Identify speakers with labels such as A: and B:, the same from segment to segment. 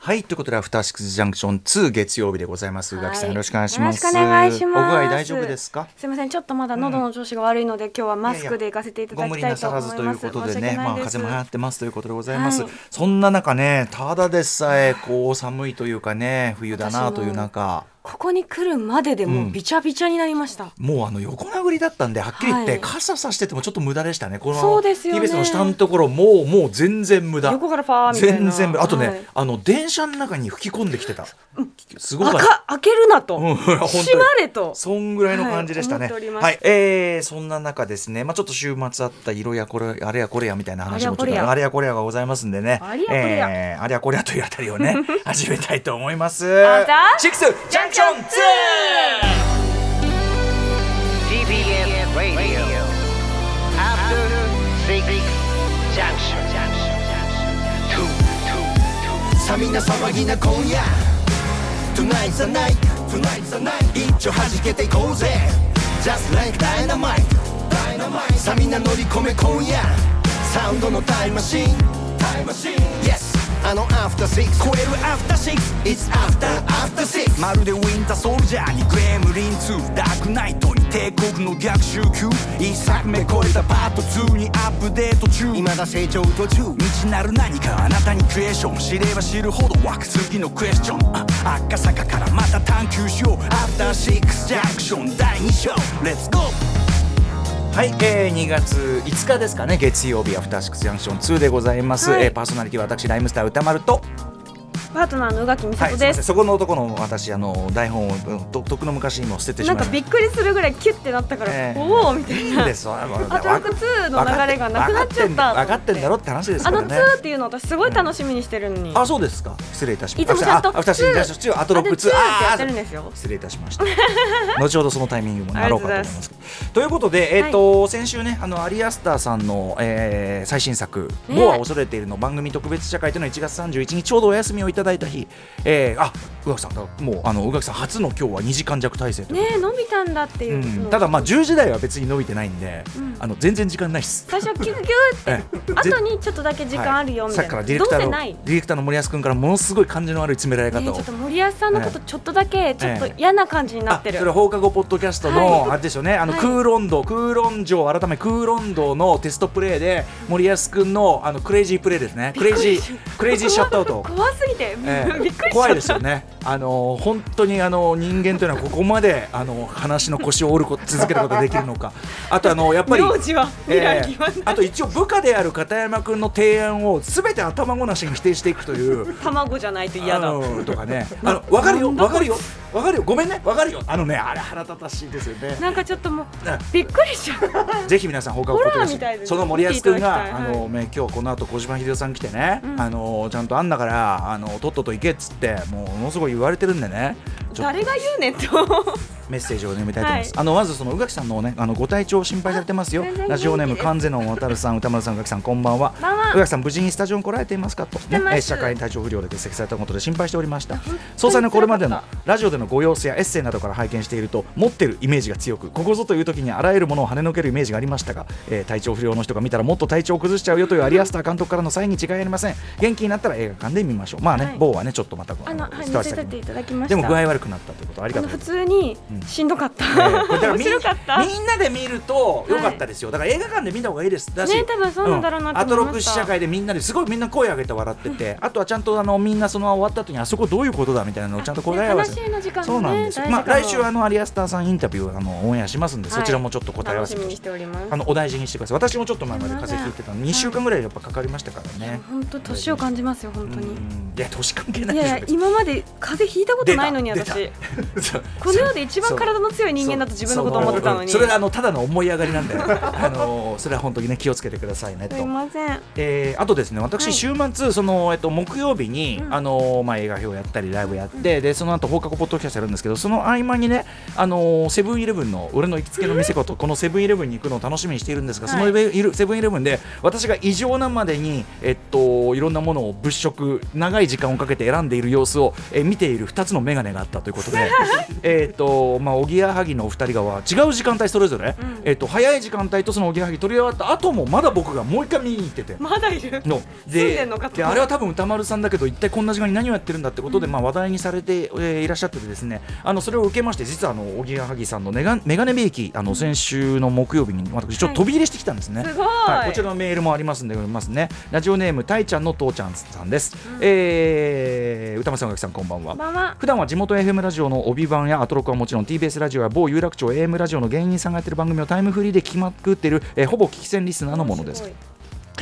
A: はいということでアフターシックスジャンクション2月曜日でございます宇垣さん
B: はい
A: よろしくお願いします
B: よろしくお願いします
A: お具合大丈夫ですか
B: すみません、ちょっとまだ喉の調子が悪いので、今日はマスクで行かせていた
A: ご
B: だ
A: 無
B: き
A: 理
B: たい
A: な
B: と
A: さ
B: 思い
A: ら
B: ま
A: ず
B: す。
A: ということでね、
B: 申し訳
A: まあ
B: ないです
A: 風も流行ってますということでございます。
B: はい
A: そんな中ね、ただでさえこう寒いというかね、冬だなという中、
B: ここに来るまででもうびちゃびちゃになりました。
A: もうあの横殴りだったんで、はっきり言って、
B: はい
A: 傘さしててもちょっと無駄でしたね。こ
B: そ
A: の
B: うですよね
A: TBS の下のところ、もうもう全然無駄。
B: 横からファーみたいな。
A: 全然無駄あとね、
B: はい
A: あの電車の中に吹き込んできてた。すごかった
B: 開。か開けるなと、
A: うん本当に
B: 閉まれと。
A: そんぐらいの感じでしたね。
B: はい思っております
A: はい、えー、そんな中ですね、まあちょっと週末あった色やこれあれやこれやみたいな話もちょっ
B: あれやこれ
A: と
B: や
A: あれやこれやがございますんでね。
B: あれやこれや
A: えーあれやこれやというあたりを ね始めたいと思います。
B: アフター
A: シックスジャンクション
C: TBS Radio. After Six Junction. Two, two, two.
D: さみな騒ぎな今夜 Tonight's the night Tonight's the night 一丁弾けていこうぜ Just like dynamite Dynamite さみな乗り込め今夜サウンドのタイムマシンタイムマシン Yes あのアフターシックス超えるアフターシックス It's after after six
E: まるでウィンターソルジャーにグレムリン2ダークナイトに帝国の逆襲級一作目超えたパート2にアップデート中
D: 未だ成長途中
E: 未知なる何かあなたにクエスチョン知れば知るほど湧く次のクエスチョンあ赤坂からまた探求しようアフターシックスジャンクション第2章レッツゴー
A: はい、えー、2月5日ですかね、月曜日アフターシックスジャンクション2でございます。
B: はい
A: えーパーソナリティは私ライムスター歌丸と。
B: パートナーの宇垣
A: はい、
B: 美里
A: すい
B: で
A: ません
B: す。
A: そこの男の私あの台本をととっくの昔にも捨ててしま
B: ないん
A: ま
B: か
A: した
B: びっくりするぐらいキュッてなったから、
A: ええ
B: おおみたいな。
A: ですわわ
B: アトロック2の流れがなくなっちゃった
A: 分かってんだろって話です
B: あ
A: から
B: のツ
A: ね
B: ーっていうの私すごい楽しみにしてるのに。
A: あそうですか失礼いたしまし
B: い
A: た
B: つもちゃんと
A: あ私に対して強いアトロック2
B: あでツーってや
A: あ
B: ってるんですよ。
A: 失礼いたし ました後ほどそのタイミングもなろうかと思いますけどということで、えっと先週ねあのアリアスターさんの、えー最新作「
B: ね
A: もうは恐れている」の番組特別試写会というのは1月31日ちょうどお休みをいただいた日、えー、あ宇垣さんだからもうあの宇垣さん初の今日は2時間弱体制ということで
B: ねえ伸びたんだっていうう。
A: ん
B: その
A: ただまあ10時台は別に伸びてないんで、
B: ん
A: あの全然時間ないっす。
B: 最初はキュキュキュ
A: ええ
B: って後にちょっとだけ時間あるよ
A: は
B: み
A: さ
B: た
A: っ
B: い
A: きからディレ
B: な。ど
A: ク
B: う
A: ター
B: せ
A: の
B: な
A: デ
B: い。
A: ィレクターの森保君からものすごい感じの悪い詰められ方
B: ねえ、
A: を、
B: ちょっと森保さんのことちょっとだけちょっと
A: ええ
B: 嫌な感じにな
A: あ
B: っ
A: そ
B: て
A: れ
B: る。
A: は放課後ポッドキャストの、
B: はい
A: あれでしょうねあの、
B: はい
A: 空論道空論城改め空論道のテストプレーで森保君のあのクレイジープレーですねクレイジークレイジーシャットアウ ト。
B: 怖すぎて、
A: え
B: び
A: え
B: っくりしちゃった。
A: 怖いですよね、あの本当にあの人間というのはここまであの話の腰を折ること続けることができるのか、あとあのやっ ぱり
B: 名字は未
A: え
B: 来
A: え
B: 決まんない
A: あと一応部下である片山君の提案をすべて頭ごなしに否定していくという。
B: 卵じゃないと嫌だ。
A: あのとかね、あのわかるよ、わかるよ、わかるよ、ごめんね、わかるよ。あのね、あれ腹立たしいですよね。
B: なんかちょっともう
A: ね
B: びっくりしちゃう。
A: ぜひ皆さん放課後
B: ホラー
A: ポッドキャスト
B: みたいですね
A: その森保君
B: 見てい
A: が、
B: ただき
A: あ
B: たいはい
A: のね今日この後小島秀夫さん来てね、
B: うん
A: あのちゃんとあんだからあのとっとと行けっつってもうものすごい言われてるんでね。ちょっと
B: 誰が言うねんと。
A: メッセージをね読みたいと思います。
B: は
A: あのまずその宇垣さんのねあのご体調を心配されてますよ
B: 全然元。気
A: ラジオネーム
B: です
A: 完全の渡るさん、歌丸さん、宇垣さんこんばんは。
B: こんばんは
A: 宇垣さん無事にスタジオに来られていますかとね
B: てます
A: えー試写会に体調不良で欠席されたことで心配しておりました。総裁のこれまでのラジオでのご様子やエッセイなどから拝見していると持ってるイメージが強く、ここぞという時にあらゆるものを跳ねのけるイメージがありましたが、えー体調不良の人が見たらもっと体調を崩しちゃうよというアリアスター監督からのサインに違いありません。元気になったら映画館で見ましょう。まあね、
B: はい
A: 某はねちょっとまた
B: あの、はい、見
A: 一足
B: せ
A: 先
B: て
A: に
B: いただきました。
A: でも具合悪くなったということありが
B: あ
A: と
B: の
A: うござい
B: 普
A: ます。
B: 通に
A: うん
B: しんどかった。
A: ええこれだら
B: 面
A: みん
B: 白かった。
A: みんなで見ると良かったですよ、だから映画館で見た方がいいですだし
B: ね多分そうなんだろうなって
A: アト
B: 思
A: ロッ
B: いま
A: ク
B: した
A: 試写会でみんなですごいみんな声上げて笑ってて、あとはちゃんとあのみんなその終わった後にあそこどういうことだみたいなのをちゃんと答え合わせ
B: ね悲しいの時間もね
A: そうなんですよ、
B: 大事
A: ま
B: か
A: あ、
B: も
A: 来週あのアリアスターさんインタビューあのオンエアしますんで、そちらもちょっと答え合わせ
B: 楽
A: と
B: しみにしております。
A: あのお大事にしてください私もちょっと前まで風邪ひいてたの
B: は
A: 2
B: い
A: 週間ぐらいやっぱかかりましたからね、
B: 本当年を感じますよ本当
A: う
B: に。
A: んいや年関係ない
B: い
A: でしょ
B: やいや
A: 別に
B: 今まで風邪ひいたことないのに
A: 出た
B: 私。
A: そう
B: この世で一番体の強い人間だと自分のこと思ってたのに。
A: そうそれはあのただの思い上がりなんであのそれは本当にね気をつけてくださいねと
B: すいません。
A: えーあとですね私、
B: はい
A: 週末その、えっと、木曜日に、
B: うん
A: あのーまあ、映画表やったりライブやって、でその後放課後ポッドキャストやるんですけどその合間にね、あのーセブンイレブンの俺の行きつけの店ことこのセブンイレブンに行くのを楽しみにしているんですが、
B: はい
A: そのイレブンセブンイレブンで私が異常なまでに、えっと、いろんなものを物色長い時間をかけて選んでいる様子を、えー見ている2つの眼鏡があったったという ことでえっとまあおぎやはぎのお二人がは違う時間帯それぞれ、えっと早い時間帯とそのおぎやはぎ取り終わった後もまだ僕がもう一回見に行ってて。
B: まだいる
A: の
B: 住んで
A: で
B: んのかと
A: であれは多分歌丸さんだけど一体こんな時間に何をやってるんだってことで、まあ、話題にされて、えーいらっしゃっててですねあのそれを受けまして実はあのおぎやはぎさんのメガメガネびいきあの先週の木曜日に私ちょっと飛び入れしてきたんですね。
B: すごい
A: はい、こちらのメールもありますんで読みますねラジオネームたいちゃんの父ちゃんさんです、えー歌丸さんおきさんこんばんは
B: ママ
A: 普段は地元 FM ラジオの帯番やアトロクはもちろん TBS ラジオや某有楽町 AM ラジオの芸人さんがやってる番組をタイムフリーで聞きまくってる、えーほぼ聞き戦リスナーのものです
B: ごい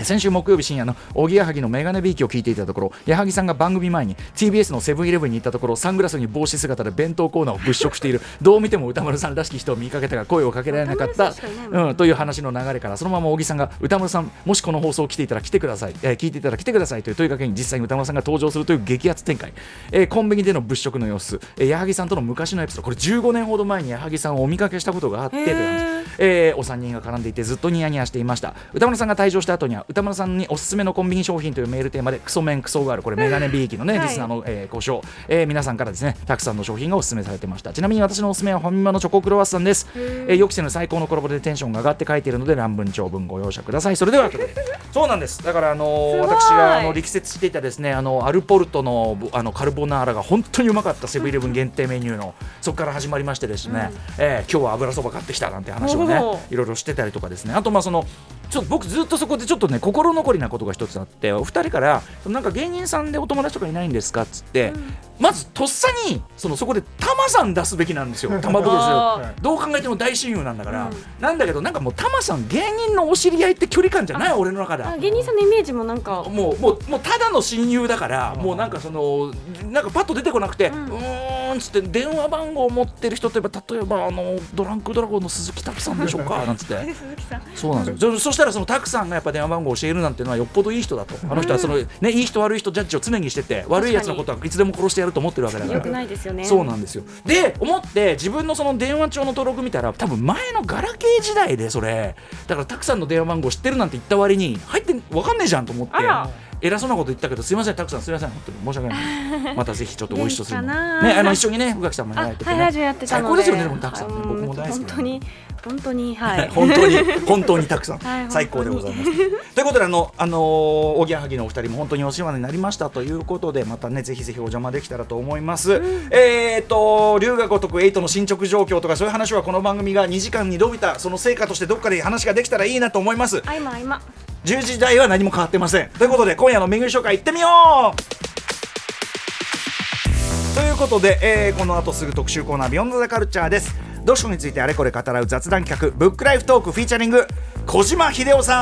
A: 先週木曜日深夜のおぎやはぎのメガネビーキを聞いていたところ矢作さんが番組前に TBS のセブンイレブンに行ったところサングラスに帽子姿で弁当コーナーを物色しているどう見ても歌丸さんらしき人を見かけたが声をかけられなかっ
B: 歌丸
A: た
B: さんしかいないもん
A: うん、という話の流れからそのまま小木さんが歌丸さんもしこの放送を来ていたら来てください、えー聞いていたら来てくださいという問いかけに実際に歌丸さんが登場するという激アツ展開、えーコンビニでの物色の様子、えー矢作さんとの昔のエピソードこれ15年ほど前に矢作さんをお見かけしたことがあってという話
B: へー
A: えーお三人が絡んでいてずっとニヤニヤしていました歌丸さんが退場した後には歌丸さんにおすすめのコンビニ商品というメールテーマでクソメンクソガールこれメガネビーキのね、
B: はい
A: リスナーの、えー、ご賞えー皆さんからですねたくさんの商品がおすすめされてましたちなみに私のおすすめはファミマのチョコクロワッサンです、えー予期せぬ最高のコラボでテンションが上がって書いているので乱文長文ご容赦くださいそれではということでそうなんですだからあのー
B: すごい
A: 私があの力説していたですねあのアルポルトのあのカルボナーラが本当にうまかったセブンイレブン限定メニューのそこから始まりましてですね、えー今日は油そば買ってきたなんて話話をね
B: おー
A: いろいろしてたりとかですねあとまあそのちょっと僕ずっとそこでちょっとね心残りなことが一つあってお二人からなんか芸人さんでお友達とかいないんですかっつって、まずとっさにそのそこでタマさん出すべきなん ですよ玉袋
B: あ
A: ですよどう考えても大親友なんだから、なんだけどなんかもうタマさん芸人のお知り合いって距離感じゃない俺の中では
B: あ芸人さんのイメージもなんか
A: もうもうもうただの親友だから、もうなんかそのなんかパッと出てこなくて、うーんっつって電話番号を持ってる人といえば例えばあのドランクドラゴンの鈴木拓さんでしょうかなんつって
B: 鈴木さん
A: そうなんですよそそしたらその拓さんがやっぱ電話番号を教えるなんていうのはよっぽどいい人だとあの人はその、ね、いい人悪い人ジャッジを常にしてて悪いやつのことはいつでも殺してやると思ってるわけだから
B: 良くないですよね
A: そうなんですよで思って自分のその電話帳の登録見たら多分前のガラケー時代でそれだからたくさんの電話番号知ってるなんて言った割に入って分かんねえじゃんと思って
B: あら
A: 偉そうなこと言ったけどすいませんたくさんすいません本当に申し訳ない またぜひちょっとご一緒するの
B: 元気かな
A: ねあの一緒にね宇垣さんもやられてて、
B: あ
A: ね
B: はいラジオやってた
A: 最
B: ので
A: 高ですよねでもたくさんね
B: あの
A: 僕も大好きなんで
B: 本当に本当には い
A: 本当に本当にたくさん、
B: はい
A: 最高でございます。ということであのあのーおぎやはぎのお二人も本当にお世話になりましたということでまたねぜひぜひお邪魔できたらと思います。えっ、と龍が如くエイトの進捗状況とかそういう話はこの番組が2時間に伸びたその成果としてどっかで話ができたらいいなと思います。
B: あ今今
A: 10時台は何も変わってませんということで今夜のメニュー紹介いってみようということで、えーこの後すぐ特集コーナー「ビヨンドザカルチャーです読書についてあれこれ語らう雑談企画「ブックライフトーク」フィーチャリング小島秀夫さん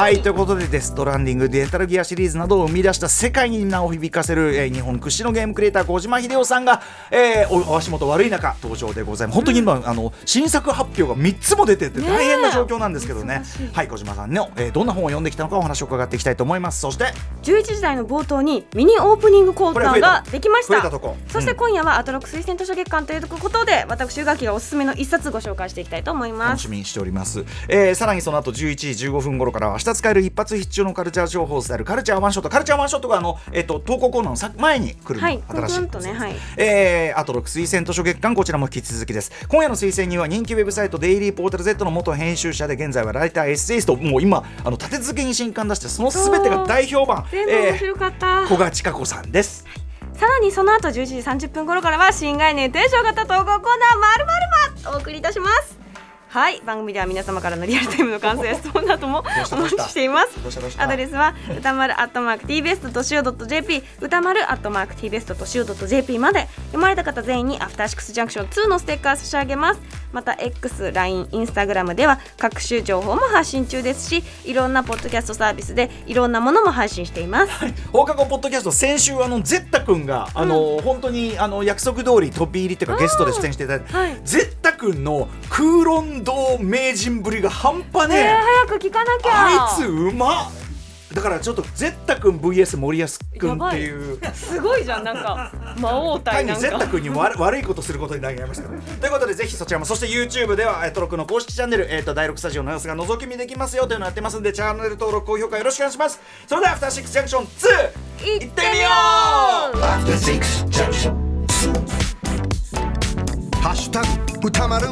A: はいということでデストランディングデータルギアシリーズなどを生み出した世界に名を響かせる、えー日本屈指のゲームクリエイター小島秀夫さんが、えーおお足元悪い中登場でございます本当に今、あの新作発表が3つも出てて大変な状況なんですけどねはい小島さんの、えーどんな本を読んできたのかお話を伺っていきたいと思いますそして
B: 11時台の冒頭にミニオープニングコーナーができまし
A: 増え
B: た
A: たとこ
B: そして今夜はアトロック推薦図書月間ということで私宇垣がおすすめの一冊ご紹介していきたいと思いま
A: 楽
B: す
A: しみにしております、えーさらにその後11時15分頃からは明日使える一発必中のカルチャー情報スタイルカルチャーワンショットカルチャーワンショットがあの、えっと投稿コーナーのさ前に来るの、
B: はい
A: 新しい
B: コンコンとねはい
A: えーあと6推薦図書月間こちらも引き続きです今夜の推薦人は人気ウェブサイトデイリーポータル Z の元編集者で現在はライターエッセイストもう今あの立て続けに新刊出してその全てが大評判
B: 全部面
A: え
B: 白かった、
A: ー古賀千香子さんです
B: さらにその後11時30分頃からは新概念提唱型投稿コーナーまるまるまお送りいたしますはい番組では皆様からのリアルタイムの感想や質問なども
A: どうした
B: お
A: どうし
B: 待
A: た
B: ちしています
A: どうしたどうした
B: アドレスは歌丸アットマーク tbest.co.jp 歌丸アットマーク tbest.co.jp まで読まれた方全員にアフターシックスジャンクション2のステッカー差し上げますまた X、LINE、Instagram では各種情報も発信中ですしいろんなポッドキャストサービスでいろんなものも配信しています
A: 放課後ポッドキャスト先週あのゼッタ君が、あの本当にあの約束通り飛び入りというかゲストで出演していただいて、
B: はい
A: ゼッタ君の空論堂名人ぶりが半端ねえ、
B: えー、早く聞かなきゃ
A: あいつうまっだからちょっとゼッタ君 VS 森保君っていう
B: すごいじゃんなんか魔王
A: 単
B: 対
A: に
B: なん
A: ゼッタ
B: か
A: 君に悪悪いことすることになりましたね。ということでぜひそちらもそして YouTube ではえー登録の公式チャンネル、えー、と第6スタジオの様子が覗き見できますよというのをやってますんでチャンネル登録高評価よろしくお願いしますそれでは「アフターシックスジャンクション2」
B: い
A: 行ってみよう
D: After six junction. タグ歌丸